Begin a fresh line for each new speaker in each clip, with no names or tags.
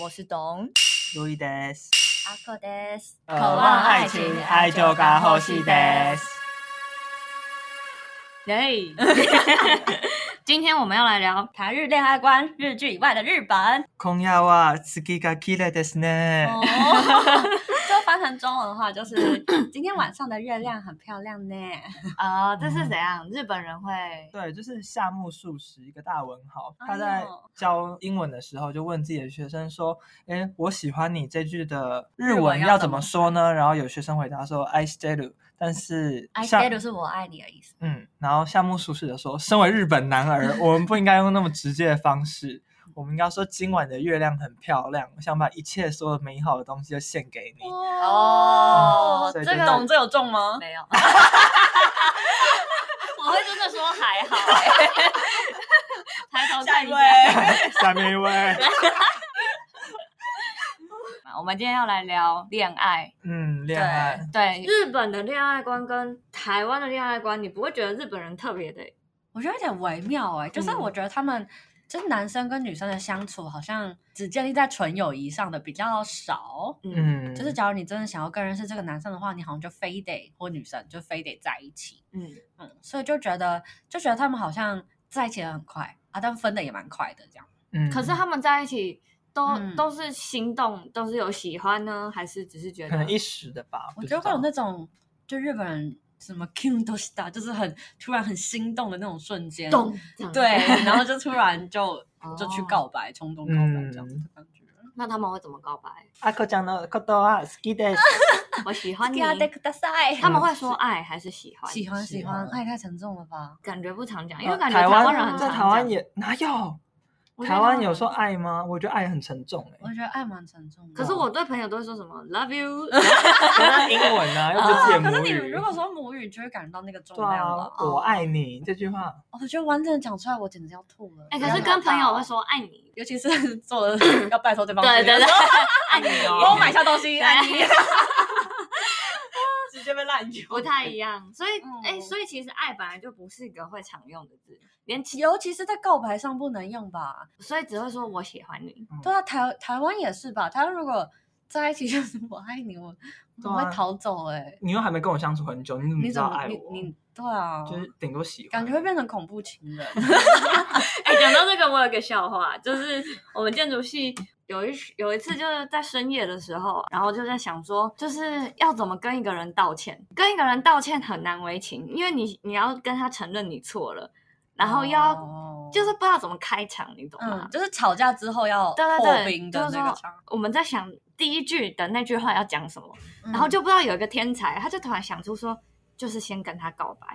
我是董
路易德斯，
阿克德斯，
渴望爱情，爱就该呼吸德斯。
耶！
今天我们要来聊
台日恋爱观，日剧以外的日 本。
空要哇，斯基が綺麗ですね。
哦，就翻成中文的话，就是 今天晚上的月亮很漂亮呢。
啊、
哦
呃这是怎样？日本人会
对，就是夏目漱石一个大文豪，
哎
他在
呦
教英文的时候就问自己的学生说：“诶，我喜欢你这句的日
日
文
文
要
要
怎
怎
么
么
说呢？”然后有学生回答说：“I stay you。”但是
I
夏
stay 就是我爱你的意思。
嗯，然后夏目漱石的说：“身为日本男儿，我们不应该用那么直接的方式，我们应该说今晚的月亮很漂亮，我想把一切所有美好的东西都献给你。嗯
哦
所以
这
就是
个
懂
这有中吗？
没有？
我会真的 说还好。
抬头
下
看
一
一
位
下。
下面一位，
我们今天要来聊恋爱，
嗯，恋爱，
对
日本的恋爱观跟台湾的恋爱观，你不会觉得日本人特别的
我觉得有点微妙哎、就是我觉得他们就是男生跟女生的相处，好像只建立在纯友谊上的比较少。
嗯
嗯，
就是假如你真的想要更认识这个男生的话，你好像就非得或女生就非得在一起，
嗯，
嗯，所以就觉得就觉得他们好像在一起的很快啊，但分的也蛮快的这样。
嗯，
可是他们在一起都、
嗯
都是心动，都是有喜欢呢，还是只是觉
可
得
能一时的吧，
我
不
觉得
知
会有
道
那种就日本人什么 k i n d o s t a 就是很突然很心动的那种瞬间，
动？这样
对，然后就突然就就去
哦嗯
告白，冲动告白这样子的感觉。
那他们会怎么告白？
阿克讲的可多啊，好きです。
我喜欢 你，
大赛
他们会说爱还是喜欢？
喜欢
喜
喜欢，
欢
爱太沉重了吧？
感觉不常讲，因为
呃
感觉
台
台湾人很
在
常
台湾
讲
也哪有？
我觉得
台湾
他
有
们
说爱吗？我觉得爱很沉重
我
哎、
觉得爱蛮沉重的。
可是我对朋友都会说什么 love you，
欸，英文啊，又不是自己的
可是
母
你
语。
如果说母语，就会感觉到那个重
对
量
啊
了。，
我爱你这句话，
哦我觉得完整的讲出来，我简直要吐了。
哎、
压
可
力
是跟
好大
朋友
哦
会， 说爱你，
尤其是 做了 要拜托对方，
对 对对，，爱你
帮我
哦，
买下东西，
对
爱你。 直接被滥用
不太一样，所以
嗯
哎、所以其实爱本来就不是一个会常用的字，连其
尤其是在告白上不能用吧？
所以只会说我喜欢你，
对啊，台台湾也是吧？台湾如果在一起 就是我爱你，我
对
我
啊
会逃走哎。
你又还没跟我相处很久，你怎么
你
知
怎
道
么
爱
你
我？
你对啊？
就是顶多喜欢，
感觉会变成恐怖情人。
哎、讲到这个，我有个笑话，就是我们建筑系有一有一次就是在深夜的时候，然后就在想说，就是要怎么跟一个人道歉，跟一个人道歉很难为情，因为你你要跟他承认你错了，然后又要、
哦
就是不知道怎么开场，你懂吗？
嗯，就是吵架之后要
对对
破
对
冰的
就是
那个
说
场，
我们在想第一句的那句话要讲什么，
嗯
然后就不知道有一个天才，他就突然想出说，就是先跟他告 白。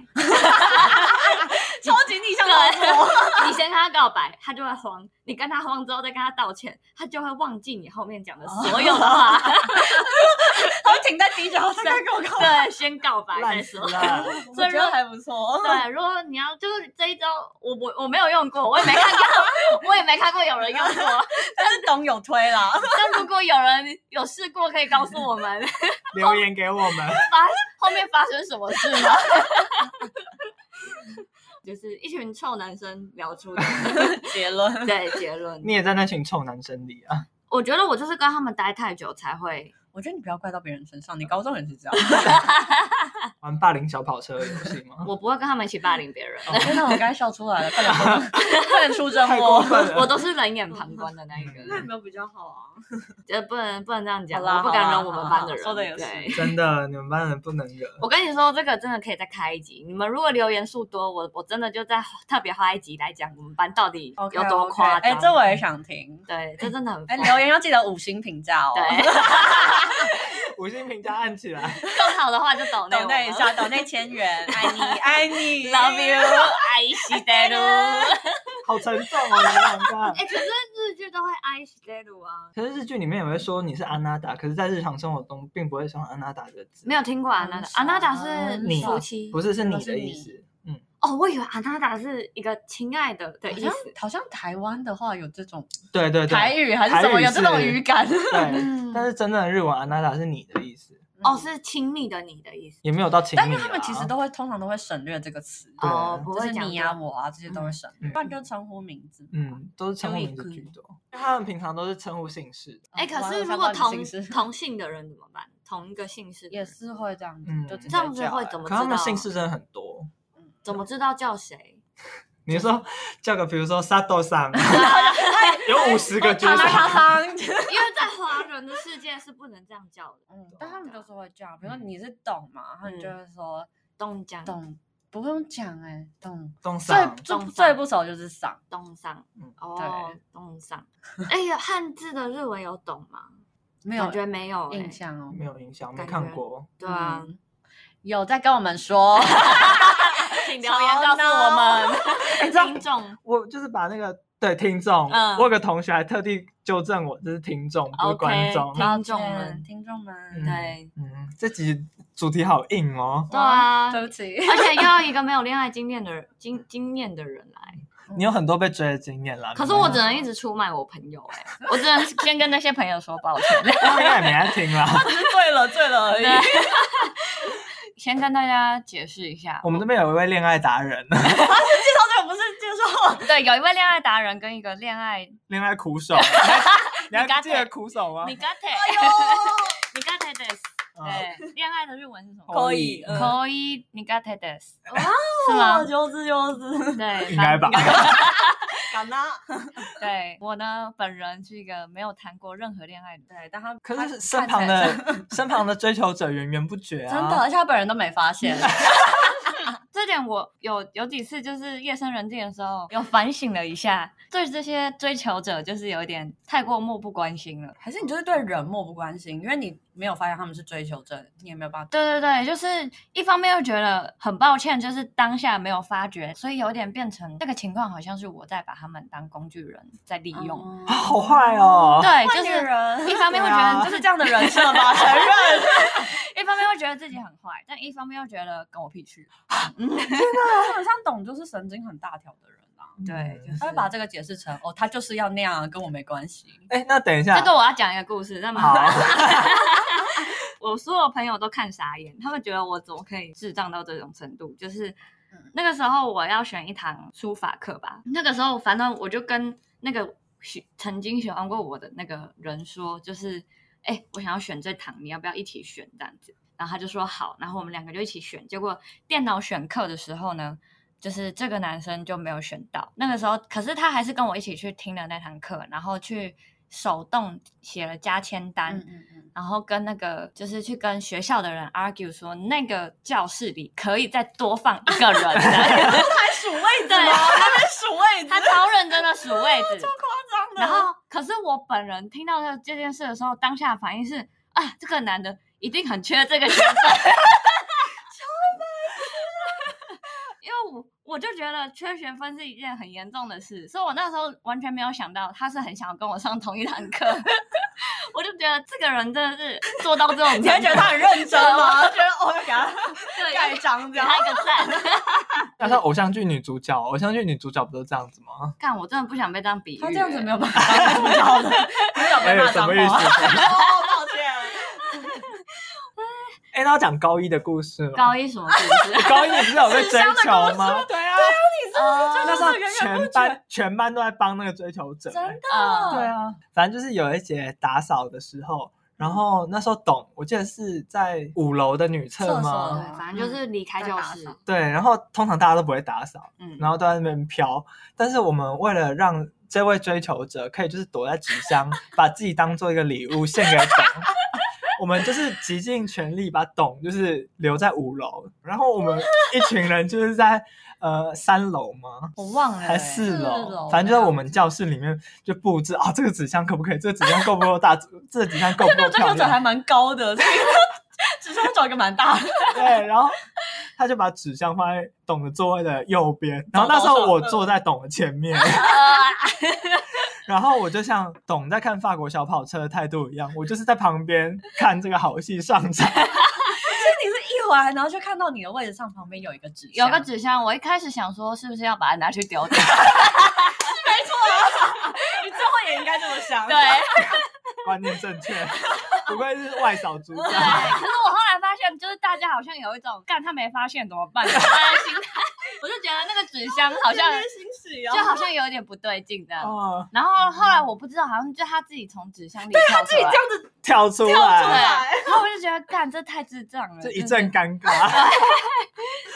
超级逆向操作。
对， 你先跟他告白，他就会慌；你跟他慌之后再跟他道歉，他就会忘记你后面讲的
哦
所有的 话。
他停在第一句，然后他跟我告白，
对，先告白再
烂死
说。
了。
我觉得还不错。
对，如果你要就是这一招，我不我没有用过，我也没看过， 我也没看过有人用过。
但是懂有推啦，
但如果有人有试过，可以告诉我们
留言给我们，
发后面发生什么事吗？ 就是一群臭男生聊出 的
结论。
对结论。
你也在那群臭男生里啊。
我觉得我就是跟他们待太久才会
我觉得你不要怪到别人身上，你高中也是这样。
玩霸凌小跑车游戏 吗？
我不会跟他们一起霸凌别人，
哦
天哪，我该笑出 来了，快点，快点出征
太过
我。
分了。
我都是冷眼旁观的那一个，
那
人，
有
嗯
没有比较好啊？
呃，不能不能这样讲，
好啦
我不敢惹我们班的人。
好啦好啦说得也是
对
真的，你们班人不能惹。
我跟你说，这个真的可以再开一集。你们如果留言数多，我我真的就再特别花一集来讲我们班到底有多夸张。
哎，这我也想听。
对，这真的很
哎，
疯
留言要记得五星评价哦。
对，
五星评价按起来，
更好的话就抖内
抖那一下，抖那千 元，爱你，爱你
，Love you，爱 惜的路。
好沉重哦，你们班。
哎，可是日剧都会爱惜的路啊，
可是日剧里面也会说你是安娜达，可是，在日常生活中并不会说安娜达这个字。
没有听过阿娜达，阿娜达是
你
夫妻，
不是是你
是
的意
你
思。嗯，
哦，我以为阿娜达是一个亲爱的的
好
意
像
思。
好像台湾的话有这种
对对对。
台语还是什
台
么
语
有这种
是
语 感，
对，但是真正的日文安娜达是你的意思。
嗯哦，是亲密的你的意思。
也没有到亲密、啊。
但因为他们其实都会通常都会省略这个词，
对
哦，不
就
会
是
讲
你啊、
这个
我啊这些都会省略，
嗯
不然就称呼名字。
嗯，都是称呼名字居多，因为他们平常都是称呼姓氏。
哎，可是如果同同姓的人怎么办？同一个姓氏的
也
人
是会这样子，
嗯
就直接
这样子
叫
会
欸
怎么
可
知
他们
道？
姓氏真的很多。
怎么知道叫谁？
你说叫个，比如 说沙豆桑，有五十个
哦
角色，
因为在华人的世界是不能这样叫的。
嗯，但他们就是会这样，比如说你是懂嘛，他们就
嗯
会说
东江
懂，不用讲哎，懂。
东
最
桑，
最
懂
最
上
不熟就是上，
东上
嗯，
哦，东上。哎呀，汉字的日文有懂吗？
没有
感觉没有哎
印。象哦。
没有印象，没
感觉
看过。
对啊，
嗯，有在跟我们说，
请
留言告诉我 们。
哎
听众
我就是把那个对听众，
嗯
我有个同学还特地纠正我，这是听众，不是
OK，
观众。
听众
抱歉
们
听众
嗯
们，
对
嗯，这集主题好硬哦。
对啊，
对不起，
而且又要一个没有恋爱经验的人，经经验的人 来。
你有很多被追的经验啦。
可是我只能一直出卖我朋友 哎，我只能先跟那些朋友说抱歉。
他们应该也没爱听啦。
醉了醉了而
对， 先跟大家解释一下，
我们这边有一位恋爱达人，
这不是就是我
对有一位恋爱达人跟一个恋爱
恋爱苦手。你还记得苦手吗？
你 g o
哎
你 g o
嗯
对，恋爱的日文是什么？
可以嗯
可以，你 g o t e
哇
是 吗？
就是就是，
对，
应该吧。
敢吗？
对我呢，本人是一个没有谈过任何恋爱的人，
对，但他
可是
他
身
看起来
旁的身旁的追求者源源不绝啊。
真的，，而且他本人都没发现，
这点我有有几次就是夜深人静的时候，有反省了一下，对这些追求者就是有一点太过漠不关心了。
还是你就是对人漠不关心，因为你没有发现他们是追求者，你也没有办法。
对对对，就是一方面又觉得很抱歉，就是当下没有发觉，所以有点变成这个情况，好像是我在把他们当工具人在利用。
嗯
啊，好坏哦。
对，就
就是人
一方面会
对啊
觉得
就
就是
是这样的人设 吧，承认。
一方面会觉得自己很坏，但一方面又觉得跟我屁事。
啊
基本上懂就是神经很大条的人啊，
对，就
他会
是
把这个解释成哦，他就是要那样，跟我没关系。
哎，那等一下
这，个我要讲一个故事，那
好
啊
么，我所有朋友都看傻眼，他们觉得我怎么可以智障到这种程度？就是那个时候我要选一堂书法课吧，那个时候反正我就跟那个喜曾经喜欢过我的那个人说，就是哎、我想要选这堂，你要不要一起选这样子？然后他就说好，然后我们两个就一起选。结果电脑选课的时候呢，就是这个男生就没有选到。那个时候，可是他还是跟我一起去听了那堂课，然后去手动写了加签单，
嗯嗯，
然后跟那个就是去跟学校的人 argue 说，那个教室里可以再多放一个人 的。
还数位
对，
啊
啊
还在数位
他超认真的数 位置，
张
然后，可是我本人听到这这件事的时候，当下的反应是啊，这个男的一定很缺这个学 生，啊 因为我我就觉得缺学分是一件很严重的事，所以我那时候完全没有想到他是很想要跟我上同一堂课， 我就觉得这个人真的是做到这种程度，
你还觉得他很认真吗？
啊
觉得哦，要给他
对
盖章这
给
样。
他一个赞？
那他偶像剧女主角，偶像剧女主角不都这样子吗？
看我真的不想被这样比喻欸，
他这样子没有办 法当主角的，主角
哎
没，骂
什
脏
么意思
话。？
哦，抱歉。
哎，那要讲高一的故事吗？
高一什么故 事？
高一你不是有被追求吗？
对啊，
哦
那时候全班全班都在帮那个追求者、
真的。
嗯
对啊，反正就是有一节打扫的时候，然后那时候懂，我记得是在五楼的女厕
厕所
吗？
对，反正就是离开教室
在打扫，
对，然后通常大家都不会打扫，
嗯，
然后都在那边飘。但是我们为了让这位追求者可以就是躲在纸箱，把自己当做一个礼物献给董，我们就是极尽全力把董就是留在五楼，然后我们一群人就是在呃三楼吗？
我
哦
忘了欸，
还四楼，
哎四楼
反正就在我们教室里面就布置啊、这个纸箱可不可以？这个纸箱够不够大？这个纸箱够不够
这
漂
个者
亮
还？蛮高 的，所以只是我找一个蛮 大的。
对，然后他就把纸箱放在董的座位的右边，然后那时候我坐在董的前面， 然后我就像董在看法国小跑车的态度一样，我就是在旁边看这个好戏上场。
你是一回来，然后就看到你的位置上旁边有一个纸
有
箱，
个纸箱，我一开始想说是不是要把它拿去 丢掉？
啊你最后也应该这么想。
对，对，
观念正确，不愧是外扫主
可
角。
是我后大家好像有一种干他没发现怎么办的心态，我就觉得那个纸箱好 像
心死
啊
就好像有点不对劲这样。
哦，
然后后来我不知道，好像就他自己从纸箱里跳出来，
自己这样子
跳出
跳出
来，
来，
然后我就觉得干这太智障了，
就一
真的
阵尴尬。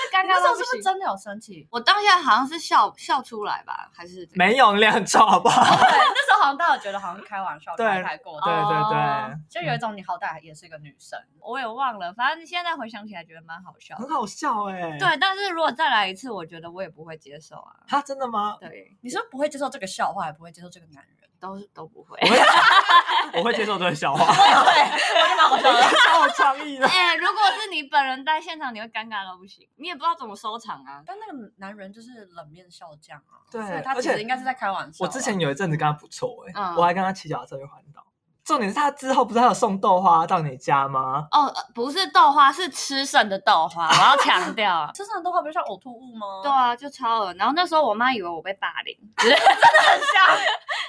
这尴
那
尬
时
到
候
不
是不
行
是。真的有生气？
我当下好像是笑笑出来吧，还是怎么样
没有两周，好不好？
对，那时候好像大家觉得好像开玩笑
对
开太过
对
头，
对
哦
对，
就有一种你好歹也是个女生，
我也忘了，反正现在回想起来觉得蛮好笑的。
很好笑哎。，
对，但是如果再来一次，我觉得我也不会接受啊。
他真的吗？
对，
你是不是不会接受这个笑话，也不会接受这个男人。
都是都不会。
我会我会接受这个笑话，
好笑的
超有创意 的。
哎、如果是你本人在现场，你会尴尬到不行，你也不知道怎么收场啊。
但那个男人就是冷面笑匠啊，
对
所以他
而
其
且
实应该是在开玩笑啊。。
我之前有一阵子跟他不错哎、
嗯
我还跟他骑脚踏车去环岛。重点是他之后不是还有送豆花到你家吗？
哦，呃不是豆花，是吃剩的豆花，我要强调啊
身上的话不是像呕吐物 吗？
对啊，就超恶。然后那时候我妈以为我被霸 凌，
很像。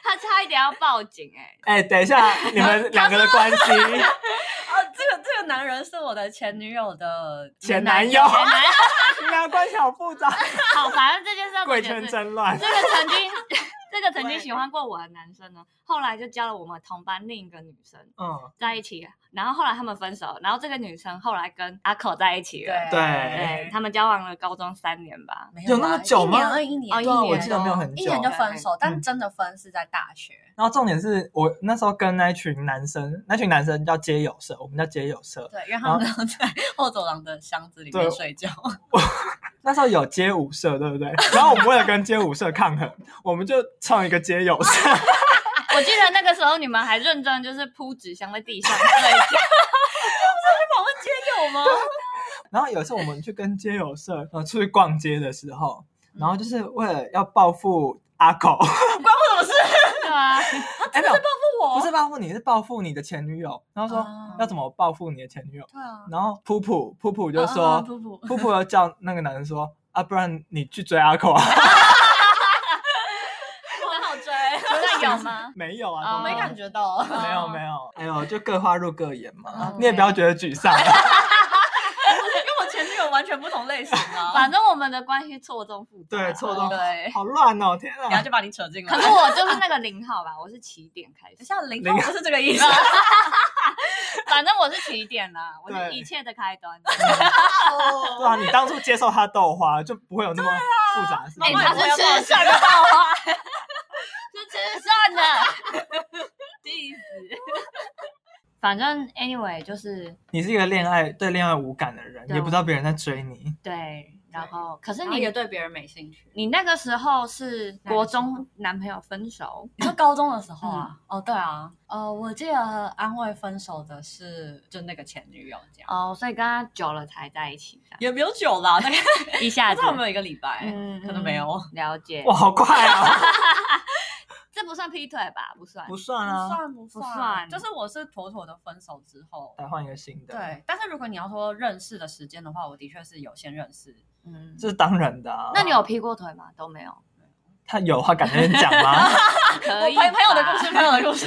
她差一点要报警哎、
哎、等一下，你们两个的关系，
啊，这个这个男人是我的前女友的
前男友，
原来
你们俩关系好复杂，
好，反正这件事要
鬼
解
圈
释
真乱嗯
这。个曾经， 这个曾经
对
喜欢过我的男生呢，后来就交了我们同班另一个女生
嗯，
在一起，然后后来他们分手，然后这个女生后来跟阿口在一起了，
对
哎
对，他们交往了高中三年吧。
没
有那么久吗
一年而已一年
哦
对啊，
一
我
年
记得没有很
一
久。
年就分手，但
嗯
真的分是在大学。
然后重点是我那时候跟那一群男生，那群男生叫街友社，我们叫街友社。
对，因为他们都在 后走廊的箱子里
啊对
面睡 觉。
那时候有街舞社，对不 对？然后我们为了跟街舞社抗衡，我们就创一个街友社。
我记得那个时候你们还认真就是铺纸箱在地上 睡觉，
有吗？
然后有一次我们去跟街友社呃出去逛街的时候，然后就是为了要报复阿狗，
啊
对啊，
哎没有，
我
不是报复你，是报复你的前女友。然后说、
啊
要怎么报复你的前女友？
对 啊，
然后噗噗噗噗就说、
啊啊噗噗
噗噗又叫那个男生说啊，不然你去追阿狗啊？
很好追，那有吗？
没有
哦
啊，
我没感觉哦到。
觉 没有没有，哎呦，就各花入各眼嘛，
哦
嗯
你也不要觉得沮丧。啊
跟我前女友完全不同类型 啊
反正我们的关系错综复杂，
对，错综
对。
好乱哦，天
等下
啊！
就把你扯进 来。
可是我就是那个零号吧，我是起点开始
等。下零
零
号不是这个意思，
反正我是起点啦，我
对
是一切的开端。
哦
对啊，你当初接受他豆花就不会有那么复杂的事
哎、
情。
妈妈
他
我要
是
报
吃剩的豆花， 是吃剩的， 气死！反正 anyway 就是
你是一个恋爱对恋爱无感的人，
啊
对
也不知道别人在追你。
对，然后可是
然后
你
对别人没兴 趣。
你那个时候是国中男朋友分手，
你说高中的时候
嗯
啊？哦，对啊，呃，我记得安慰分手的是就那个前女友这样，
哦，所以跟他久了才在一起的，
也没有久 啦，大概
一
不
下
知
子
道有没有一个礼拜，
嗯
可能没有。
嗯了解
哇，。好快 啊！
这不算劈腿吧？不算，
不算
不
啊，
算不
不算
就是我是妥妥的分手之后。
来换一个新的。，
对，但是如果你要说认识的时间的话，我的确是有先认识，
嗯。
这是当然的啊。
那你有劈过腿吗？都没有，
他有话敢跟你讲 吗？
可
我
以
朋朋友的
吧
故事，朋友的故事，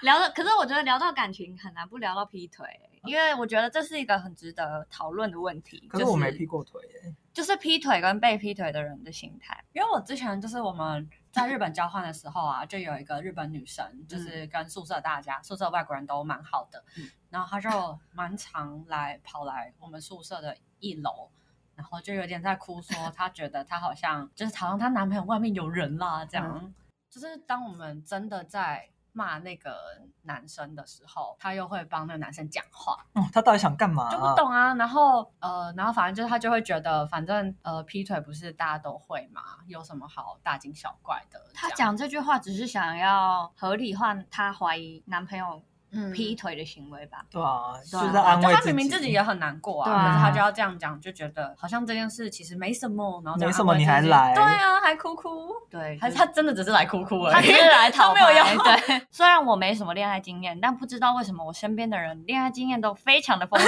聊到，可是我觉得聊到感情很难不聊到劈腿，欸因为我觉得这是一个很值得讨论的问题。
可是我没劈过腿耶。
就是，就是劈腿跟被劈腿的人的心态。
因为我之前就是我们在日本交换的时候啊，就有一个日本女生，就是跟宿舍大家、宿舍外国人都蛮好的，然后她就蛮常来跑来我们宿舍的一楼。然后就有点在哭说，她觉得她好像就是好像她男朋友外面有人啦，这样。就是当我们真的在骂那个男生的时候，她又会帮那个男生讲话，
哦，他到底想干嘛？
就不。懂啊。然后呃，然后反正就是他就会觉得，反正呃，劈腿不是大家都会嘛，有什么好大惊小怪的？
她
这样
讲这句话只是想要合理化她怀疑男朋友
嗯
劈腿的行为吧？
对啊，就
对啊
是在安
就
慰
他
自己。
明明自己也很难过
对
啊，
啊
可是他就要这样讲，就觉得好像这件事其实没什么，然后这
没
样
什么
安慰
你还
自己
来
对啊，还哭哭，
对，
还是
就
他真的只是来哭哭而
他
已
只。是 来讨
他没有要
拍 对，虽然我没什么恋爱经验，但不知道为什么我身边的人恋爱经验都非常的 丰富。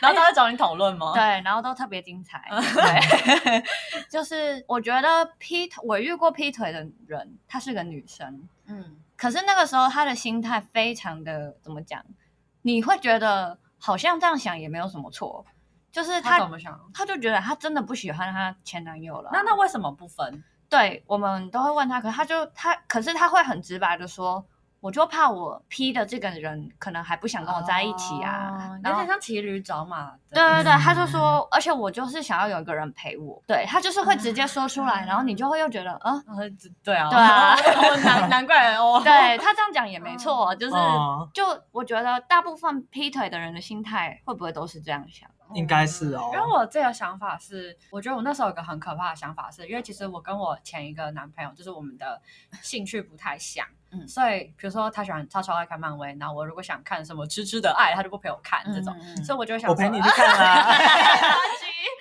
然后他在找你讨论吗？
对，然后都特别精 彩。 对，就是我觉得劈腿，我遇过劈腿的人，她是个女生，
嗯，
可是那个时候她的心态非常的怎么讲？你会觉得好像这样想也没有什么错，就是
他
她
怎么想？
她就觉得她真的不喜欢她前男友了。
那那为什么不分？
对我们都会问她，可是她就她，可是她会很直白的说，我就怕我 P 的这个人可能还不想跟我在一起啊。
哦有
然后
点像骑驴找马的。
对啊对对，
嗯
他就说，而且我就是想要有一个人陪我，对他就是会直接说出来，然后你就会又觉得， 啊，
呃，这对啊，
对啊
我难难怪 哦。
对他这样讲也没错，就是
哦
就我觉得大部分劈腿的人的心态会不会都是这样想？
应该是哦
因为我这个想法是，我觉得我那时候有个很可怕的想法是，因为其实我跟我前一个男朋友，就是我们的兴趣不太 像，
嗯
所以比如说他喜欢超超爱看漫威，然后我如果想看什么《痴痴的爱》，他就不陪我看这种，
嗯
所以我就会想
我
说，
陪你
啊
去看 哦啦。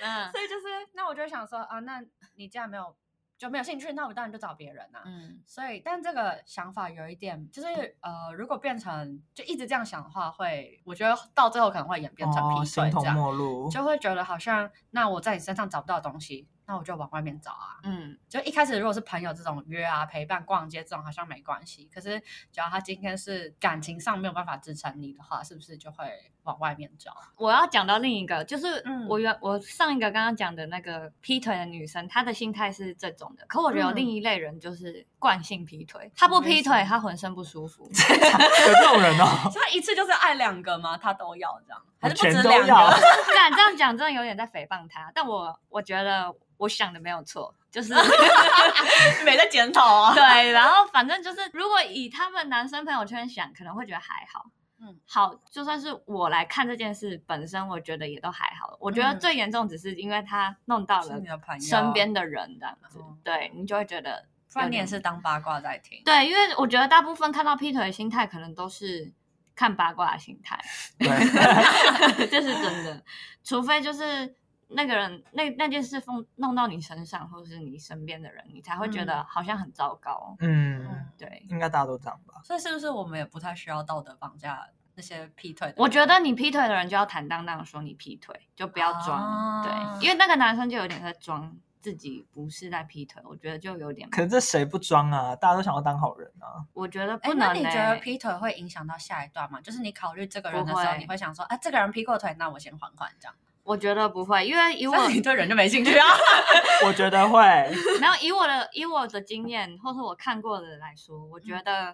嗯
所以就是那我就会想说啊，那你既然没有就没有兴趣，那我当然就找别人啊。
嗯，
所以，但这个想法有一点，就是呃，如果变成就一直这样想的话，会我觉得到最后可能会演变成
哦，
劈
形
腿这
同
样。
陌路，
就会觉得好像那我在你身上找不到东西，那我就往外面找啊。
嗯，
就一开始如果是朋友这种约啊、陪伴、逛街这种好像没关系，可是只要他今天是感情上没有办法支撑你的话，是不是就会往外面找？
我要讲到另一个，就是
嗯
我原、我上一个刚刚讲的那个劈腿的女生，她的心态是这种的，可我觉得有
嗯
另一类人就是惯性劈腿，她不
什么意
劈
思
腿，她浑身不舒服。
有这种人 哦，
所以一次就是爱两个吗？他都要这样，还是不
全
止
都
两
要
个？
敢这样讲，真的有点在诽谤他。但我我觉得我想的没有错，就是
没在检讨啊。
对。然后反正就是，如果以他们男生朋友圈想，可能会觉得还好。
嗯
嗯，好，就算是我来看这件事本身，我觉得也都还好。我觉得
嗯
最严重只是因为他弄到
是
了
你的朋友啊
身边的人这样子
哦，
对你就会觉得
不然你也是当八卦在听。
对，因为我觉得大部分看到劈腿的心态，可能都是看八卦的心 态。
对，
这是真的，除非就是那个人那那件事弄弄到你身上，或是你身边的人，你才会觉
嗯
得好像很糟糕。
嗯，
对，
应该大家都这样吧。
哦所以是不是我们也不太需要道德绑架那些劈腿的人？
我觉得你劈腿的人就要坦荡荡地说你劈腿，就不要装。
啊
对，因为那个男生就有点在装自己不是在劈腿，我觉得就有点，
可是这谁不装啊？大家都想要当好人啊。
我觉得
哎
不，能、
那
欸。
你觉得劈腿会影响到下一段吗？就是你考虑这个人的时
不
候，
会
你会想说，啊，这个人劈过腿，那我先缓缓这样。
我觉得不会，因为以我
那你对人就没兴趣啊？
我觉得会，
没有，以我的以我的经验，或是我看过的来说，我觉得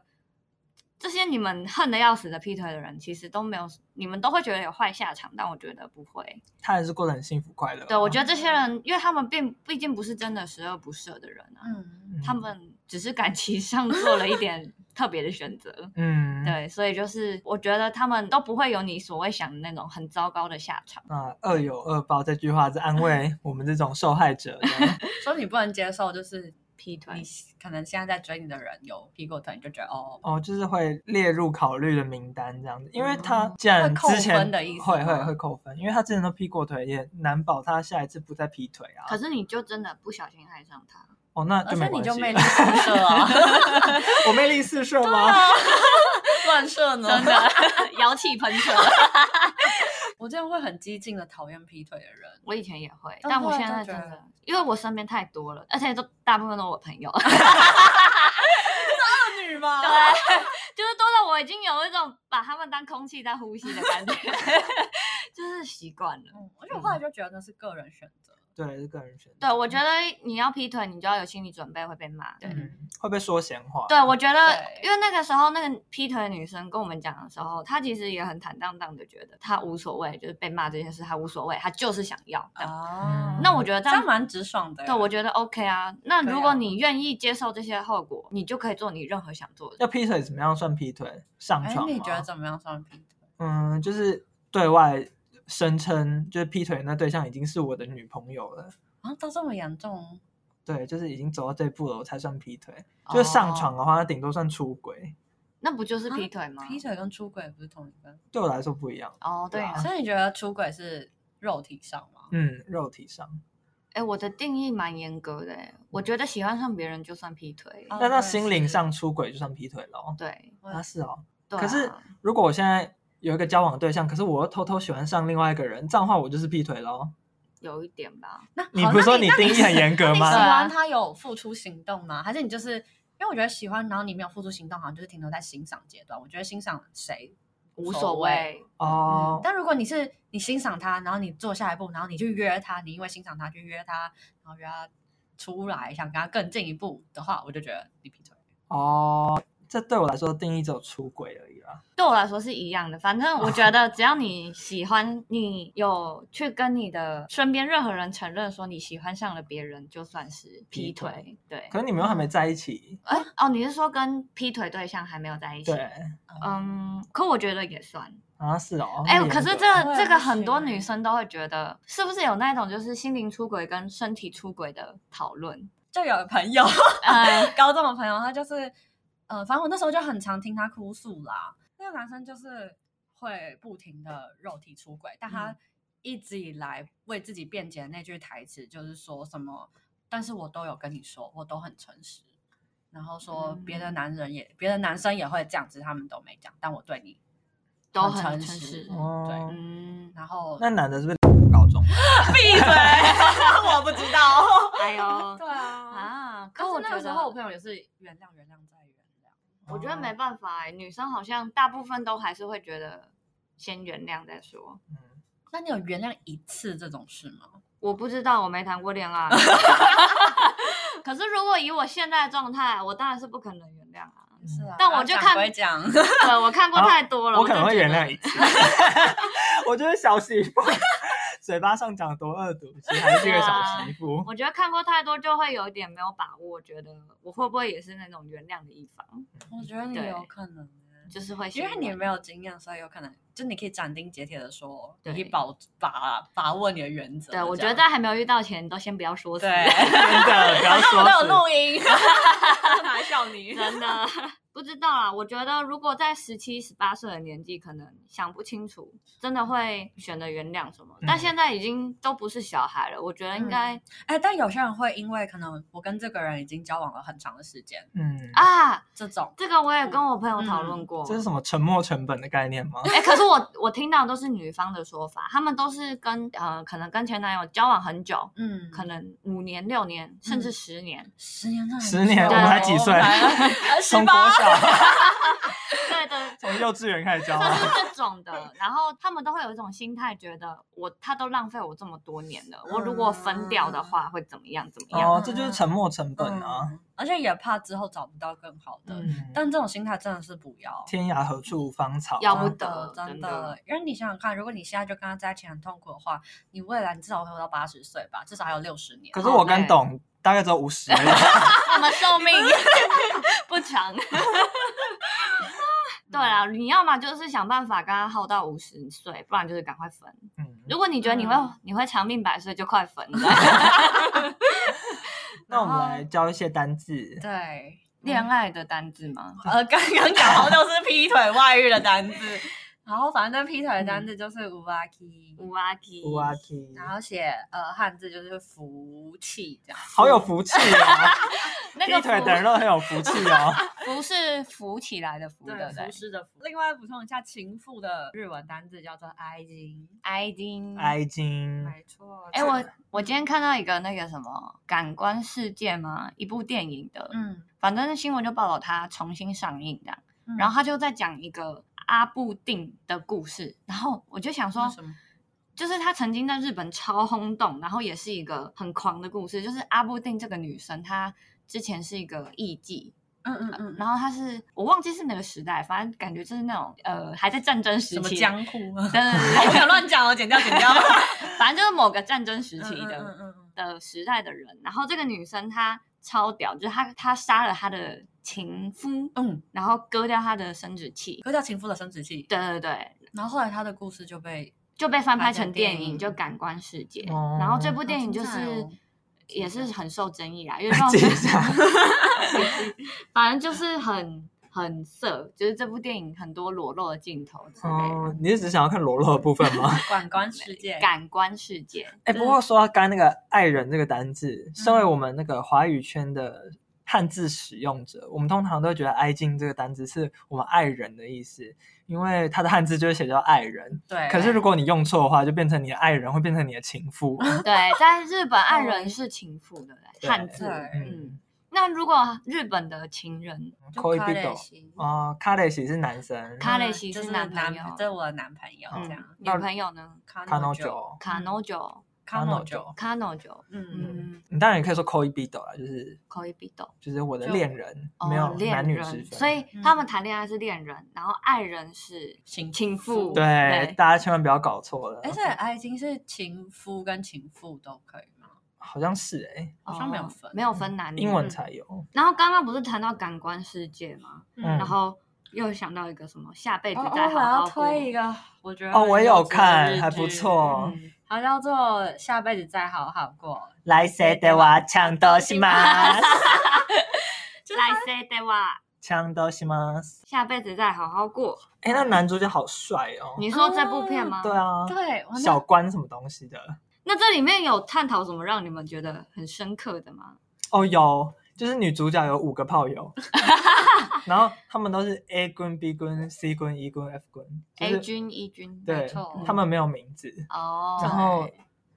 这些你们恨得要死的劈腿的人，其实都没有，你们都会觉得有坏下场，但我觉得不会。
他还是过得很幸福快乐啊。
对，我觉得这些人，因为他们并毕竟不是真的十恶不赦的人啊，
嗯，
嗯
他，们只是感情上做了一 点特别的选择。
嗯，。
对，所以就是我觉得他们都不会有你所谓想的那种很糟糕的下场。
啊，恶有恶报这句话是安慰我们这种受害者的。
所以你不能接受，就是
劈腿
你可能现在在追你的人有劈过腿，你就觉得哦，
哦，就是会列入考虑的名单这样子，因为他
嗯
既然
会扣
之前
分的意思
会
吗
会会扣分，因为他之前都劈过腿，也难保他下一次不再劈腿啊
可。是你就真的不小心爱上他，
哦，那就
而且
没
你
关
就
系
魅力
了。
四射啊，
我魅力四射吗？
乱射呢。
真的 摇气喷射。
我这样会很激进的讨厌劈腿的人。
我以前也会，
但
但
后
我
来
现
就
在
觉
真
得
的，因为我身边太多了，而且都大部分都是我朋友，
女吗
对， 就是多到我已经有一种把他们当空气在呼吸的感觉， 就是习惯了。
嗯，而且我后来就觉得那是个人选择。
对，是个人选择。
对，我觉得你要劈腿，你就要有心理准备会被骂。对，
嗯，会不会说闲话？
对，我觉得
对，
因为那个时候那个劈腿的女生跟我们讲的时候，她其实也很坦荡荡的觉得她无所谓，就是被骂这件事她无所谓，她就是想要。这样
啊
哦那我觉得嗯
这
这样
样蛮直爽的耶。欸
对，我觉得 OK 啊。那
对
如果
啊
你愿意接受这些后果，你就可以做你任何想做的事。
要劈腿怎么样算劈腿？上
哎，
床？
你觉得？怎么样算劈腿？
嗯，就是对外声称，就是劈腿那对象已经是我的女朋友了。
啊，都这么严重？
对，就是已经走到这一步了，我才算劈腿。就是上床的话，那顶多算出轨，
哦那不就是
啊
劈腿吗？
劈腿跟出轨不是同一个？
对我来说不一样。
哦，对
对
啊
啊。
所以你觉得出轨是肉体上吗？
嗯，肉体上，
哎，我的定义蛮严格的欸，我觉得喜欢上别人就算劈腿。
那
哦我也
那心灵
是
上出轨就算劈腿喽？
对，
我
啊，是哦。
对
可是
啊
如果我现在有一个交往对象，可是我又偷偷喜欢上另外一个人，这样的话我就是劈腿哦喽。
有一点吧。
那
你
好
不是
那
说
你
你定义很严格
那你喜
吗？
欢他有付出行动吗？还是你就是因为我觉得喜欢，然后你没有付出行动，好像就是停留在欣赏阶段。我觉得欣赏谁
无所谓。
哦，
嗯但如果你是你欣赏他，然后你做下一步，然后你去约他，你因为欣赏他去约他，然后约他出来，想跟他更进一步的话，我就觉得你劈腿。
哦，这对我来说定义只有出轨而已啦。
对我来说是一样的，反正我觉得只要你喜欢， 你有去跟你的身边任何人承认说你喜欢上了别人，就算是
劈
劈
腿
腿。对，
可是你们又还没在一起，
哎、哦，你是说跟劈腿对象还没有在一起？
对，
嗯，可我觉得也算。
啊是哦。
哎、
那严
可是
格
这个
对
这
不
个很多
行
女生都会觉得，是不是有那种就是心灵出轨跟身体出轨的讨论？
就有朋友，
呃，
高中的朋友，他就是，呃，反正我那时候就很常听他哭诉啦。那个男生就是会不停的肉体出轨，但他一直以来为自己辩解的那句台词就是说什么，但是我都有跟你说，我都很诚实。然后说别的男人也，别的男生也会这样子，他们都没讲，但我对你
都
很
很
诚
诚
实
实
哦
对，
嗯，
然后
那男的是不是高中？
闭嘴， 我不知道。
还有
对啊，
哎啊，可
可
我
是那
觉
个时
得
候我朋友也是原谅，原谅再原谅。
我
嗯
觉得没办法哎、女生好像大部分都还是会觉得先原谅再说。
嗯
那你有原谅一次这种事吗？
我不知道，我没谈过恋爱。可是如果以我现在的状态，我当然是不可能原谅啊。
是啊，
但我就看
不会讲，
对，我看过
好
太多了，
我可能
就
会
觉
原
得
谅一次。 我就是小媳妇， 嘴巴上讲多恶毒，其实还是个小媳妇。
我觉得看过太多就会有一点没有把握，觉得我会不会也是那种原谅的一方，
我觉得你
对
有可能欸，
就是会
因为
先
你
问
没有经验，所以有可能，就你可以斩钉截铁的说，
对
你可以保把把握你的原则。
对，我
这
觉
样
得在还没有遇到前都先不要说死，
对，
真的，不要
反正
说
我都有
死
录音，哪笑你？
真的不知道啦。我觉得如果在十七、十八岁的年纪，可能想不清楚，真的会选择原谅什么。
嗯
但现在已经都不是小孩了，我觉得应该、
哎，但有些人会因为可能我跟这个人已经交往了很长的时间，
嗯啊，
啊，
这种
这个我也跟我朋友讨
嗯
论过。
这是什么沉没成本的概念吗？
哎、可是我我听到都是女方的说法，他们都是跟呃，可能跟前男友交往很久，
嗯，
可能五年、六年，甚至
嗯
十年，
十年了，
十年，我
对
们才几 岁？
十
从国
八。
小，
对的，
从幼稚园开始交啊
就
往。
是这种的。然后他们都会有一种心态，觉得我他都浪费我这么多年了，我如果分掉的话会怎么样怎么样？
哦，这就是沉没成本啊！
嗯，而且也怕之后找不到更好的，
嗯，
但这种心态真的是不要。
天涯何处无芳草啊，
要不
哦真的
得
真
真的
的，因为你想想看，如果你现在就跟他在一起很痛苦的话，你未来你至少会活到八十岁吧，至少还有六十年
可。是我跟董大概只有五十，
我们寿命 不 长。对啊，你要么就是想办法跟他耗到五十岁，不然就是赶快分。
嗯，
如果你觉得你会、
嗯
你会长命百岁，就快分了。
那我们来教一些单字。
对，
恋爱的单字 吗？
呃，刚刚讲到都是劈腿外遇的单字， 然后反正劈腿的
嗯
单字就是乌拉基，
乌阿基，
乌阿 K，
然后写呃汉字就是福气这样。
好有福气哦！
那
劈
个
腿的人都很有福气哦。
福是浮起来的浮，对不对？
湿的福。另外补充一下，情妇的日文单字叫做哀金，
哀丁，
哀 金，
没错。
哎、我我今天看到一个那个什么感官世界嘛，一部电影的，
嗯，
反正新闻就报道它重新上映这样，
嗯
然后他就在讲一个阿布定的故事，然后我就想说
为什么。
就是他曾经在日本超轰动，然后也是一个很狂的故事。就是阿布定这个女生，她之前是一个艺妓，
嗯嗯嗯，
然后她是我忘记是哪个时代，反正感觉就是那种呃还在战争时
什么
期，
江户啊？
对对对
我没有乱讲哦，剪掉剪掉。
对反正就是某个战争时期的。
嗯嗯嗯嗯
的时代的人，然后这个女生她超屌，就是她她杀了她的情夫，
嗯，
然后割掉她的生殖器，
割掉情夫的生殖器，
对对对，
然后后来他的故事就被
就被翻拍
拍成
成电
电影
影，就《感官世界》
哦
然后这部
好
电影
精
就是、
彩哦
也是很受争议啊，因为让我
记一下，
反正就是很很色，就是这部电影很多裸露的镜头之类的。
哦，你是只想要看裸露的部分吗？
感官世界。
感官世界，
哎、不过说到刚才那个“爱人”这个单字，身为我们那个华语圈的汉字使用者，我们通常都会觉得“哀敬”这个单字是我们爱人的意思，因为它的汉字就是写叫“爱人”。
对，
可是如果你用错的话，就变成你的爱人会
嗯
变成你的情妇。
对，在日本爱人是情妇，对不对？汉字，
对
嗯
嗯，，
那如果日本的情人
扣一
卡
笔
列
斗
西
啊，卡雷西是男生，
卡雷
嗯
西
就是是
男朋友
这是我的男朋友
嗯
这样。
女朋友呢？
卡
卡
诺
九，
九，
卡诺九，
卡诺九，
卡诺九，
嗯，
嗯，
你当然也可以说扣一笔斗啦，就是
可以比斗。
就是我的
就
恋人，没有
哦，
男
恋
女之
人，
分，
所以
嗯
他们谈恋爱是恋人，然后爱人是
情
情妇。
对大家千万不要搞错了
而，
哎
且爱情是情夫跟情妇都可以吗？
好像是哎，
好像没有
哦
分
没有分男女。
英文
嗯
才有，
然后刚刚不是谈到感官世界吗？
嗯
然后又想到一个什么，下辈子
哦，
再
哦我
好
要
好过。
推一个，我觉得
哦，我也
很
有
值得
看，
日
还不
剧，
错。
嗯
它叫做《下辈子再好好过》，
来谁的哇，抢到西吗？
来 say that 哇，
抢到西吗？
下辈子再好好过。
哎，那男主角好帅哦！
你说这部片吗？
对。啊，
对，我
小关什么东西的？
那这里面有探讨什么让你们觉得很深刻的吗？
哦，有，就是女主角有五个 炮友，然后他们都是 A 棍、B 棍、C 棍、E 棍、F 棍，就
A
是
君、E 君，
对
没错，
他们没有名字。
哦，
然后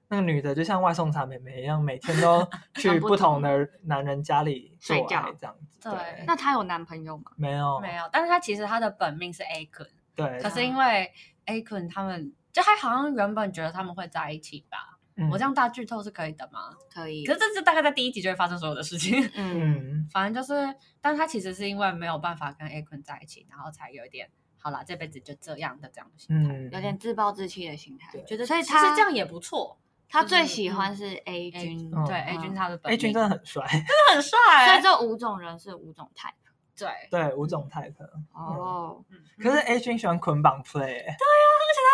那个女的就像外送茶妹妹一样，每天都去
很不
不同的男人家里做
睡觉
爱这样子。
对
对，
那她有男朋友吗？
没有
没有，但是他其实他的本命是 A 君，
对
可，是因为 A 君他们就他好像原本觉得他们会在一起吧。
嗯
我这样大剧透是可以的吗？
可以
可，是这是大概在第一集就会发生所有的事情。
嗯，
嗯，
反正就是，但他其实是因为没有办法跟 A 君在一起，然后才有一点好啦，这辈子就这样的这样的心态。
嗯，
有点自暴自弃的心态
对，
觉得所以
其实
她
这样也不错。
她
就是
最喜欢
嗯
是 A 君，
嗯
对，A 君他的本
A 君
命
真的很帅，
很帅
所以
欸，
这五种人是五种 type。
对，
对，五种 type。
哦，
可是 A 君喜欢捆绑 play，欸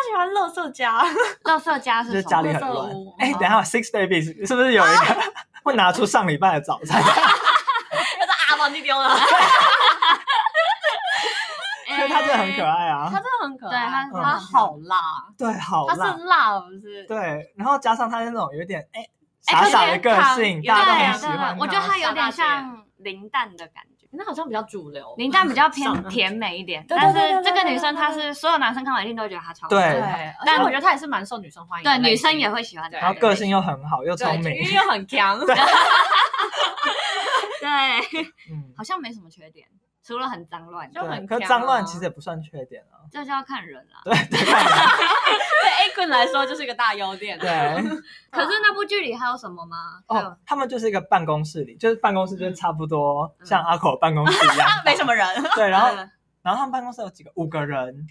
他喜欢乐色家，
乐色家
就是
是
家
什
里
么？
很
垃
乱
圾屋。
哎，等一下，Six Babies 是不是有一个会拿出上礼拜的早餐？
他说啊，忘记丢了，
可是他真的很可爱
哎他
啊，
真的很可爱，
对他
嗯
他好辣，
对，好
他
辣
是，辣不是？
对，然后加上他那种有点哎
哎
傻
可是
傻的个
他
性，
有
大
对
家都
点
啊
很喜
对
欢
对，
他。
我觉得他有
大
点
姐
像林蛋的感觉，
那好像比较主流，
林蛋比较偏
上岸
甜美一点，
对对
但
对对
是这
对
个
对
女
对
生
对
她
对
是所有男生看完一定都觉得她超
对
可
对，
爱
而
但
且我觉得他也是蛮受女生欢迎的
对，
类型，
女生也会喜欢
对
她，
然后个性又很好，又
对
聪明，
因为又很强，
对，
嗯
好，像没什么缺点，除了很脏乱，
就很
对。可是脏
强啊
乱其实也不算缺点啊，
这就要看人了。
对对看
对 A 君来说就是一个大 优点，，
人对。
可是那部剧里还有什么吗？还有
哦，他们就是一个办公室里，就是办公室就是差不多像阿口办公室一样
嗯 没什么人，
对，然后
嗯
然后他们办公室有几个五个人，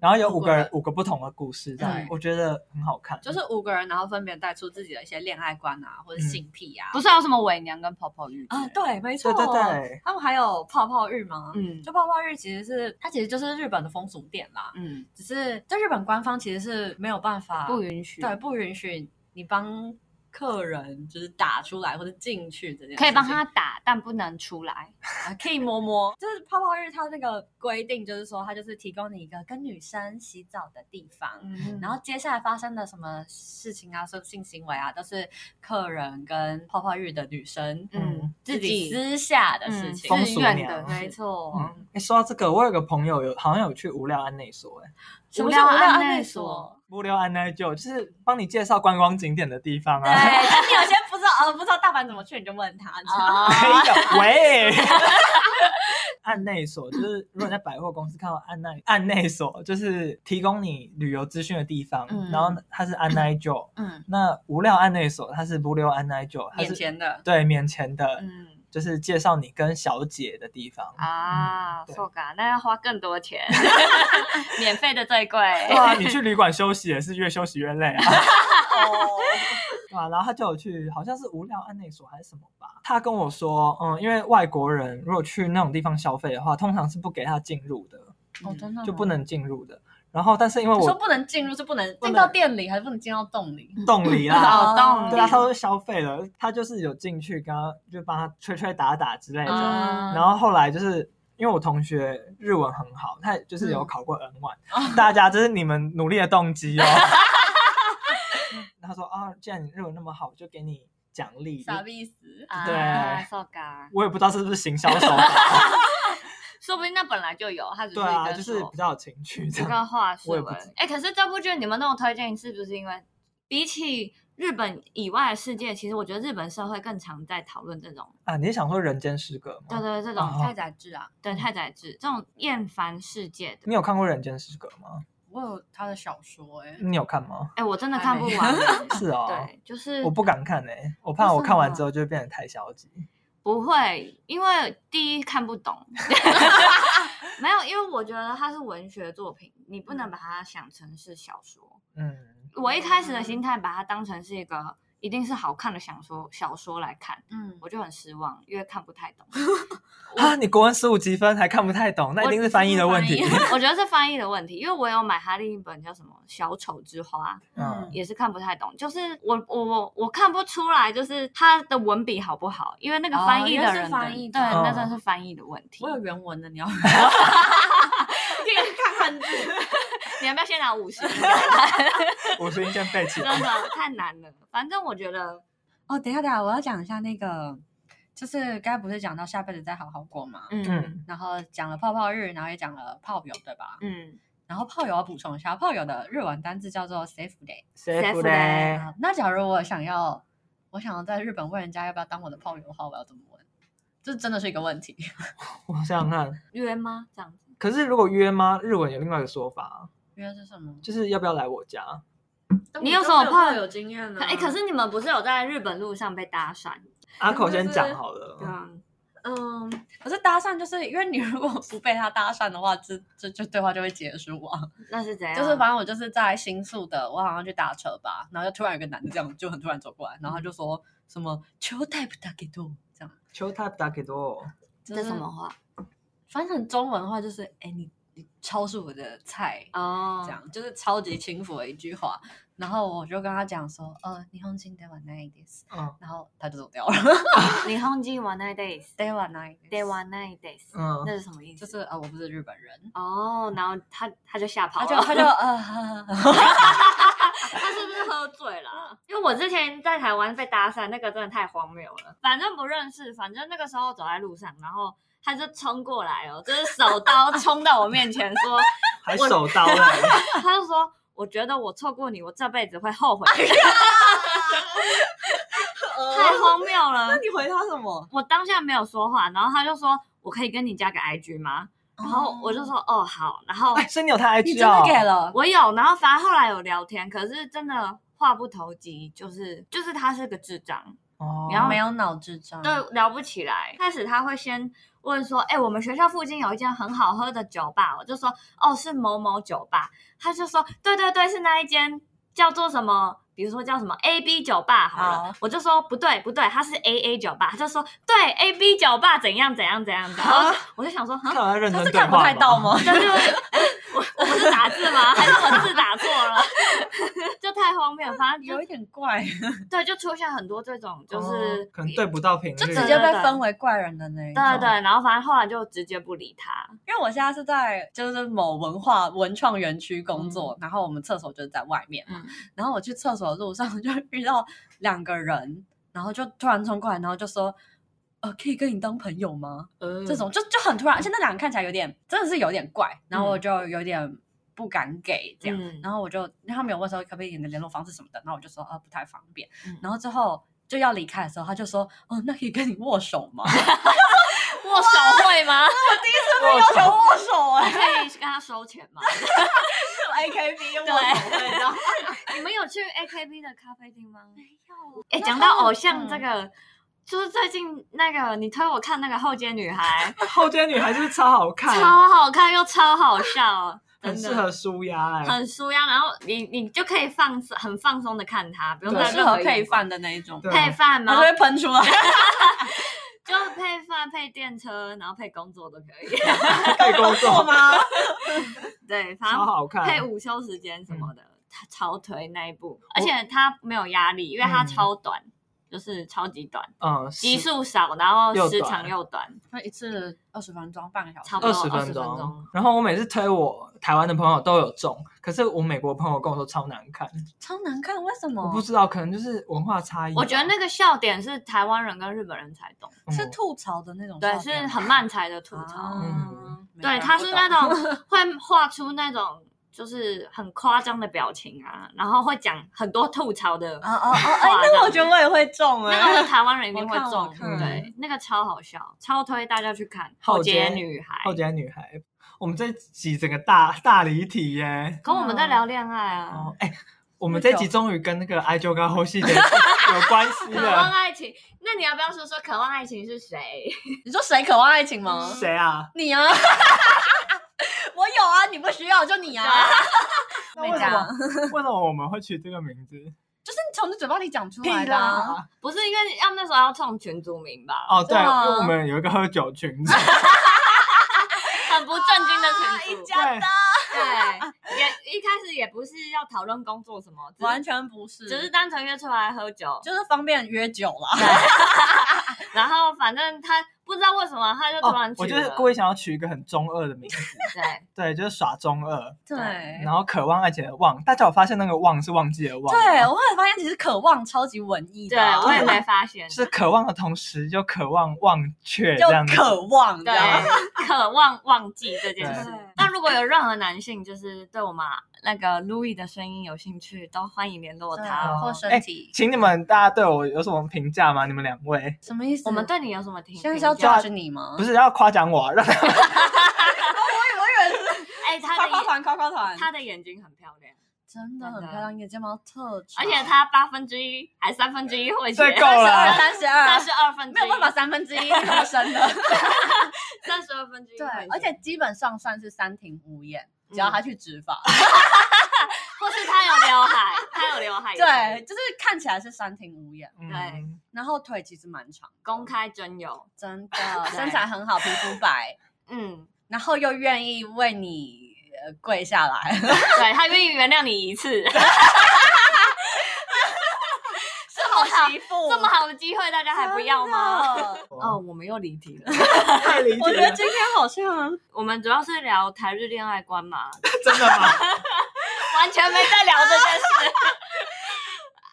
然后有五个人
五个人
五个不同的故事，这样
对
我觉得很好看。
就是五个人，然后分别带出自己的一些恋爱观啊，或者性癖啊，
不是还有什么伪娘跟泡泡浴？
啊，对，没错，
对对对，
他们还有泡泡浴吗？
嗯
就泡泡浴其实是它其实就是日本的风俗店啦，
嗯，
只是在日本官方其实是没有办法
不允许，
对不允许你帮客人就是打出来或者进去这件事情，
可以帮她打，但不能出来。
啊可以摸摸，就是泡泡浴它那个规定就是说它就是提供你一个跟女生洗澡的地方，
嗯
然后接下来发生的什么事情啊，说性行为啊，都是客人跟泡泡浴的女生
嗯
嗯，
自
自
己
己
私下的事
嗯
情。
风
自
俗
愿
娘
的，
没错，
嗯，哎，说到这个，我有个朋友有好像有去无聊安内所，哎，
什么
无
叫
聊
无聊
案
案
内
内
所
所？
无聊安内就就是帮你介绍观光景点的地方
对，
啊。
你有些不知道，呃，不知道大阪怎么去，你就问他。你知道吗
啊，
没有，喂。 案内所就是，如果你在百货公司看到案内案内所，就是提供你旅游资讯的地方。
嗯
然后它是案内就，
嗯
那无聊案内所它是不溜案内就，它
眼
是
前的，
对免钱的，
嗯
就是介绍你跟小姐的地方。
啊，
嗯对
错嘎，那要花更多钱， 免费的最贵。
对啊，你去旅馆休息也是越休息越累啊。
哦
对啊，然后他就有去，好像是无聊安内所还是什么吧。他跟我说，嗯，因为外国人如果去那种地方消费的话，通常是不给他进入的，
哦，真的
就不
吗。
能进入的。然后，但是因为
你说
我
不能进入，是不能
能嗯
进到店里，还是不能进到洞里？
动离啦，
脑洞
对啊，他都消费了，他就是有进去，跟他就帮他吹吹打打之类的。
嗯
然后后来就是因为我同学日文很好，他也就是有考过 N 1、
嗯
大家这是你们努力的动机哦。他说啊，既然你日文那么好，就给你奖励。
傻逼死！
啊，
对
错嘎，
我也不知道是不是行销手法，
说不定那本来就有，它只是
对
一个
啊，就是
手
比较有情趣这
这
样。
个话术
我也不
哎
知、
诶可是这部剧你们那种推荐是不是因为比起日本以外的世界，其实我觉得日本社会更常在讨论这种，
啊，你是想说人间失格吗？
对对对，这
哦
种
太宰治啊，
对
嗯
太宰治这种厌烦世界的。
你有看过人间失格吗？
我有他的小说哎、
你有看吗？
哎，我真的
还
看不
没
完欸。
是哦，
对，就是
我不敢看诶、我怕我看完之后就会变成太消极。
不会，因为第一看不 懂，没有，因为我觉得它是文学作品，你不能把它想成是小说。
嗯，
我一开始的心态把它当成是一个一定是好看的小说小说来看，
嗯，
我就很失望，因为看不太懂。
啊，你国文十五级分还看不太懂，那一定是翻译的问题。
我觉得是翻译的问题，因为我有买他另一本叫什么《小丑之花》，
嗯，
也是看不太懂，就是我我我我看不出来，就是他的文笔好不好，因为那个
哦
翻译的
因为
人
是
的、
翻译的哦
对，那真的
嗯
是翻译的问题。
我有原文的，你要
可以看汉字， 你要不要先拿五 十？真
五十音先背起来。
的太难了，反正我觉得
哦，等一下等一下，我要讲一下那个，就是刚才不是讲到下辈子再好好过嘛，
嗯
嗯，
然后讲了泡泡日，然后也讲了泡友，对吧？
嗯，
然后泡友要补充一下，泡友的日文单字叫做 safe day。
谁
服
服
嘞
嘞？
啊那假如我想要，我想要在日本问人家要不要当我的泡友的话，我要怎么问？这真的是一个问题。
我想想看，
约吗？这样子
可是如果约吗？日文有另外一个说法，
约是什么？
就是要不要来我家？
你有什么泡
有经验呢？
啊
哎、可是你们不是有在日本路上被搭讪？
阿口先讲好
啊
了。
嗯，
嗯，
可是搭讪就是因为你如果不被他搭讪的话，这这这对话就会结束啊。
那是怎样？
就是反正我就是在新宿的，我好像去打车吧，然后就突然有个男的这样就很突然走过来，然后他就说什么“秋 type 大给多”这样，
秋太不打给多，
就
这
是
什么？话？
翻成中文的话就是“哎、你你超是我的菜”，
哦，
这样就是超级轻浮的一句话。然后我就跟他讲说：“呃，日本人ではないです。
嗯”
然后他就走掉了。
你 Hongi one night days。
ではないです
Day one night days，、那
嗯，
是什么意思？
就是呃，我不是日本人，
哦，然后他他就吓跑
他
了，
就他就呃，哈哈哈
他是不是喝醉了啊？因为我之前在台湾被搭讪，那个真的太荒谬了。反正不认识，反正那个时候走在路上，然后他就冲过来哦，就是手刀冲到我面前 说，
还手 刀欸嘞。
他就说。我觉得我错过你，我这辈子会后悔， 太荒谬了。
你回他什么？
我当下没有说话，然后他就说：“我可以跟你加个 IG 吗？”然后我就说：“哦，好。”然后
哎，所以你有他
你
IG
真的给
哦？
了？
我有，然后反正后来有聊天，可是真的话不投机，就是就是他是个智障，
哦
然后
没有脑智障，
对，聊不起来。开始他会先问说：“哎、我们学校附近有一间很好喝的酒吧。”我就说：“哦，是某某酒吧。”他就说：“对对对，是那一间，叫做什么？”比如说叫什么 A B 酒吧好了
好
我就说不对不对，它是 A A 酒吧，他就说对 A B 酒吧怎样怎样怎样，然后我就想说，哈
看来认
他
真
是
对
看不
话
太到吗？
但是哎我我不是打字吗？还是我字打错了？就太荒谬，反正
有
就
一点怪，
对，就出现很多这种，就是、
哦可能对不到频率，哦
就直
对
接被
对
分为怪人的那一
对对
种。
对，然后反正后来就直接不理他。
因为我现在是在就是某文化文创园区工作，然后我们厕所就是在外面嘛。
嗯
然后我去厕所的路上就遇到两个人，然后就突然冲过来，然后就说。呃，可以跟你当朋友吗？
嗯
这种就就很突然，而且那两个看起来有点，真的是有点怪，然后我就有点不敢给这样，
嗯
然后我就因为他们有问说可不可以你的联络方式什么的，然后我就说呃不太方便，
嗯
然后之后就要离开的时候，他就说哦那可以跟你握手吗？
握手会吗？
我
要求握手哎、
可以跟他收钱吗？
a k b
握手
会这样。
你们有去 AKB 的咖啡厅吗？没有。哎，讲到偶像这个，就是最近那个你推我看那个《后街女孩
后街女孩是不是超好》， 看？
超好看又超好笑，
很
真
适
的。啊
合舒压哎。
很舒压，然后你你就可以放松，很放松的看它，不用
很
再
适合配饭的那一种，
对
配饭
它
吗
就？会喷出来，
就配饭、配电车，然后配工作都可 以。
可以工作吗？
对，反
超
正
好看，
配午休时间什么
嗯
的，他超推那一部，而且他没有压力，因为
嗯
他超短，就是超级短，
嗯，
集
十
数少，然后
又
时
短
长又短，
它一次二十分钟，半个小时，
差不
二
多
十
20
分
分
钟
钟。
然后我每次推我台湾的朋友都有中，可是我美国朋友跟我说超难看，
超难看，为什
我
么
不？知道，可能就是文化差异
哦
吧。
我觉得那个笑点是台湾人跟日本人才懂，
嗯
是吐槽的那种笑
对，
点吗，
是很慢才的吐槽。
啊
嗯
每个
对，
人
他
不
是
懂
那种会画出那种就是很夸张的表情啊，然后会讲很多吐槽的
啊
哦哦哦，哎、
话
那我觉得我也会中哎、
欸
那个 是台湾人一定会
我看我
中，
嗯
看
对，那个超好笑，超推大家去看《
后
后街
街
女孩
后》。街女孩，我们这一集整个大大离题耶。
可我们在聊恋爱啊，
哦，哎、我们这一集终于跟那个哀 j 跟 后戏的有关系
渴
啊
望啊
了。
爱情。那你要不要说说渴望爱情是谁？
你说谁渴望爱情吗？
谁啊？
你 啊，我有啊，你不需要，就你啊，
那为什么为什么我们会取这个名字？
就是你从你嘴巴里讲出
屁
来的啊、
啦，
不是因为要那时候要冲群组名吧？
哦，对，
对啊
因为我们有一个喝酒群组，
很不正经
啊
的群
一
组，
家的
对，也一开始也不是要讨论工作什么，只
完
是
全不是，
只是单纯约出来喝酒，
就是方便约酒啦。
然后反正他不知道为什么他就
哦
突然，去
我就
了，
是故意想要取一个很中二的名字，
对，
对，就是耍中二，
对
然后渴望爱情的望，大家有发现那个望是忘记了忘，
对，我后来发现其实渴望超级文艺的
对
啊、
我 也没发现，
是渴望的同时又渴望忘却这样
就
子。
渴望，
对
这样，
渴望忘记这件事
对。
那如果有任何男性就是对我们那个 Louis 的声音有兴趣，都欢迎联络他
对
哦。
或
哎
身体、
请你们大家对我有什么评价吗？你们两位
什么意思？
我们对你有什么听？
现在是要
评价
抓着你吗？
不，是要夸奖我啊，让他们
我以为是
哎，他
夸
的
夸
眼
团，夸夸团，
他的眼睛很漂亮，
真的很
真的
漂亮，你的睫毛特
而
长，
且他八分之一还三分之一会写，
最够了。
啊三十
三
二，
十二分之
没
一，
有办法，三分之一超深的。
三十二分之一
对
会写，，
而且基本上算是三庭五眼，只要他去执法，
或是他有刘海，他有刘海，
对，，就是看起来是三庭五眼，
嗯，
然后腿其实蛮长，
公开征友，
真的，身材很好，皮肤白，
嗯，
然后又愿意为你。呃跪下来，
对他愿意原谅你一 次，
哦
是好媳 妇
这么好的机会大家还不要吗？？哦，我们又离题了。
太离
我
题
觉得
了，
今天好像
我们主要是聊台日恋爱观嘛，
真的吗？
完全没在聊这件事。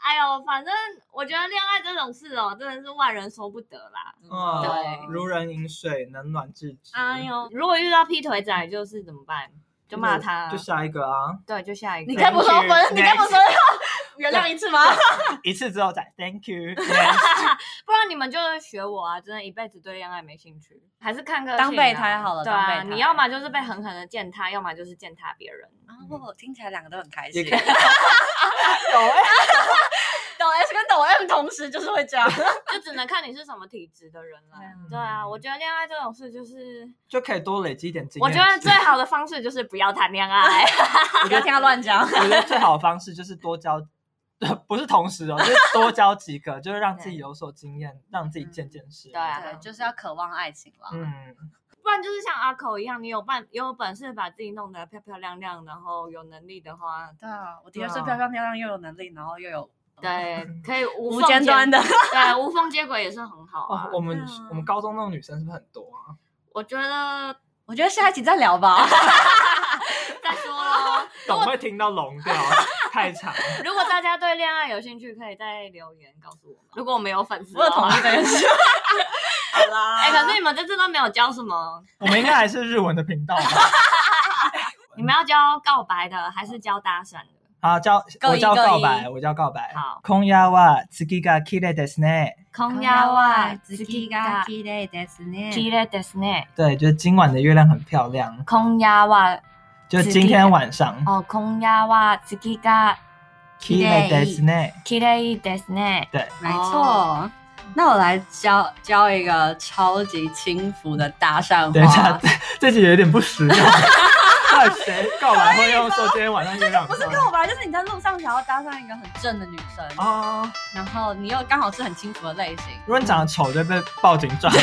哎呦，反正我觉得恋爱这种事哦，真的是外人说不得啦。
嗯，
对
如人饮水，冷暖自知。
哎呦，如果遇到劈腿仔，就是怎么办？就骂他，
就下一个啊，
对，就下一个。
你该不说分，你该不说要 原谅一次吗？
啊
一次之后再 Thank you，
不然你们就学我啊！真的，一辈子对恋爱没兴趣，还是看个性啊
当备胎好了
对
当备
啊，
胎
你要么就是被狠狠的践踏，要么就是践踏别人。
哦，听起来两个都很开
也
心。
可以。有哎，
抖 S 跟抖 M 同时就是会这样，
就只能看你是什么体质的人了。对啊，我觉得恋爱这种事就是，
就可以多累积一点经验。
我觉得最好的方式就是不要谈恋爱。
我
不
觉
要
得
听他乱讲。
我觉得最好的方式就是多交， 不是同时哦，就是多交几个，就是让自己有所经验，让自己见见识。
对啊
对，就是要渴望爱情啦。
嗯，
不然就是像阿口一样，你有办有本事把自己弄得漂漂亮亮，然后有能力的话，
对啊，我的确
对
是
啊
漂漂亮亮，又有能力，然后又有
对，可以无
无
缝
尖 端的，
对，无缝接轨也是很好啊
哦，。我们
对啊
我们高中那种女生是不是很多 啊？
我觉得
我觉得下一集再聊 吧。
再说 喽，
懂会听到聋掉，啊太长。
如果大家对恋爱有兴趣，可以再留言告诉我们。如果我们有粉丝
我有
的话
同，意这 件事。好啦
哎，可是你们这次都没有教什么，
我们应该还是日文的频道吧？
你们要教告白的，还是教搭讪的？
好， 叫
各一
我叫
各一
告白，我叫告白。
好
空压哇，次ぎが綺麗ですね。
空
啊綺麗です
綺
ね。
麗ですね。
对，就是今晚的月亮很漂亮，
今夜は
就是今天晚上。
哦，今夜は月が
綺麗ですね。
綺麗ですね。
没错。那我来教教一个超级轻浮的搭讪
等一下
话，，
这集有点不实 用。到底谁告白会用说今天晚上月亮很
啊不是
漂
跟
亮？
我吧，就是你在路上想要搭讪一个很正的女生，
哦，
然后你又刚好是很轻浮的类型，
如果你长得丑，就会被报警抓到。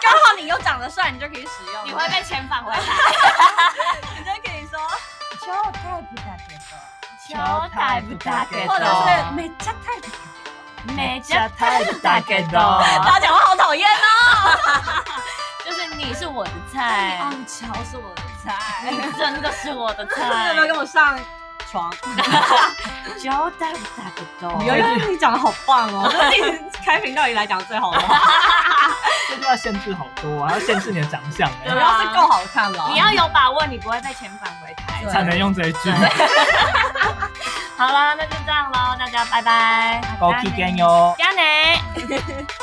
刚好你又长得帅，你就可以使用。
你会被遣返回来。
你就可以说超太不搭配了，
超タイプだけ
或者
ど
是，めっちゃ太
めっちゃタイプだ
大
け
概
ど，
大家讲话好讨厌哦。
就是你是我的
哎
菜，
乔是我的菜，
你真的是我的
你
菜
有没。有跟我上床？
超タイプだけ
有
ど，
有，你讲的好棒哦，这是你开频道以来讲最好的话，
这句话限制好多，还要限制你的长相哎
对。
主要是够好看了。哦
你要有把握，你不会被遣返回台。
才能用这一句。
好了，那就这样喽，大家拜拜，
哦高 K 干哟。
加你。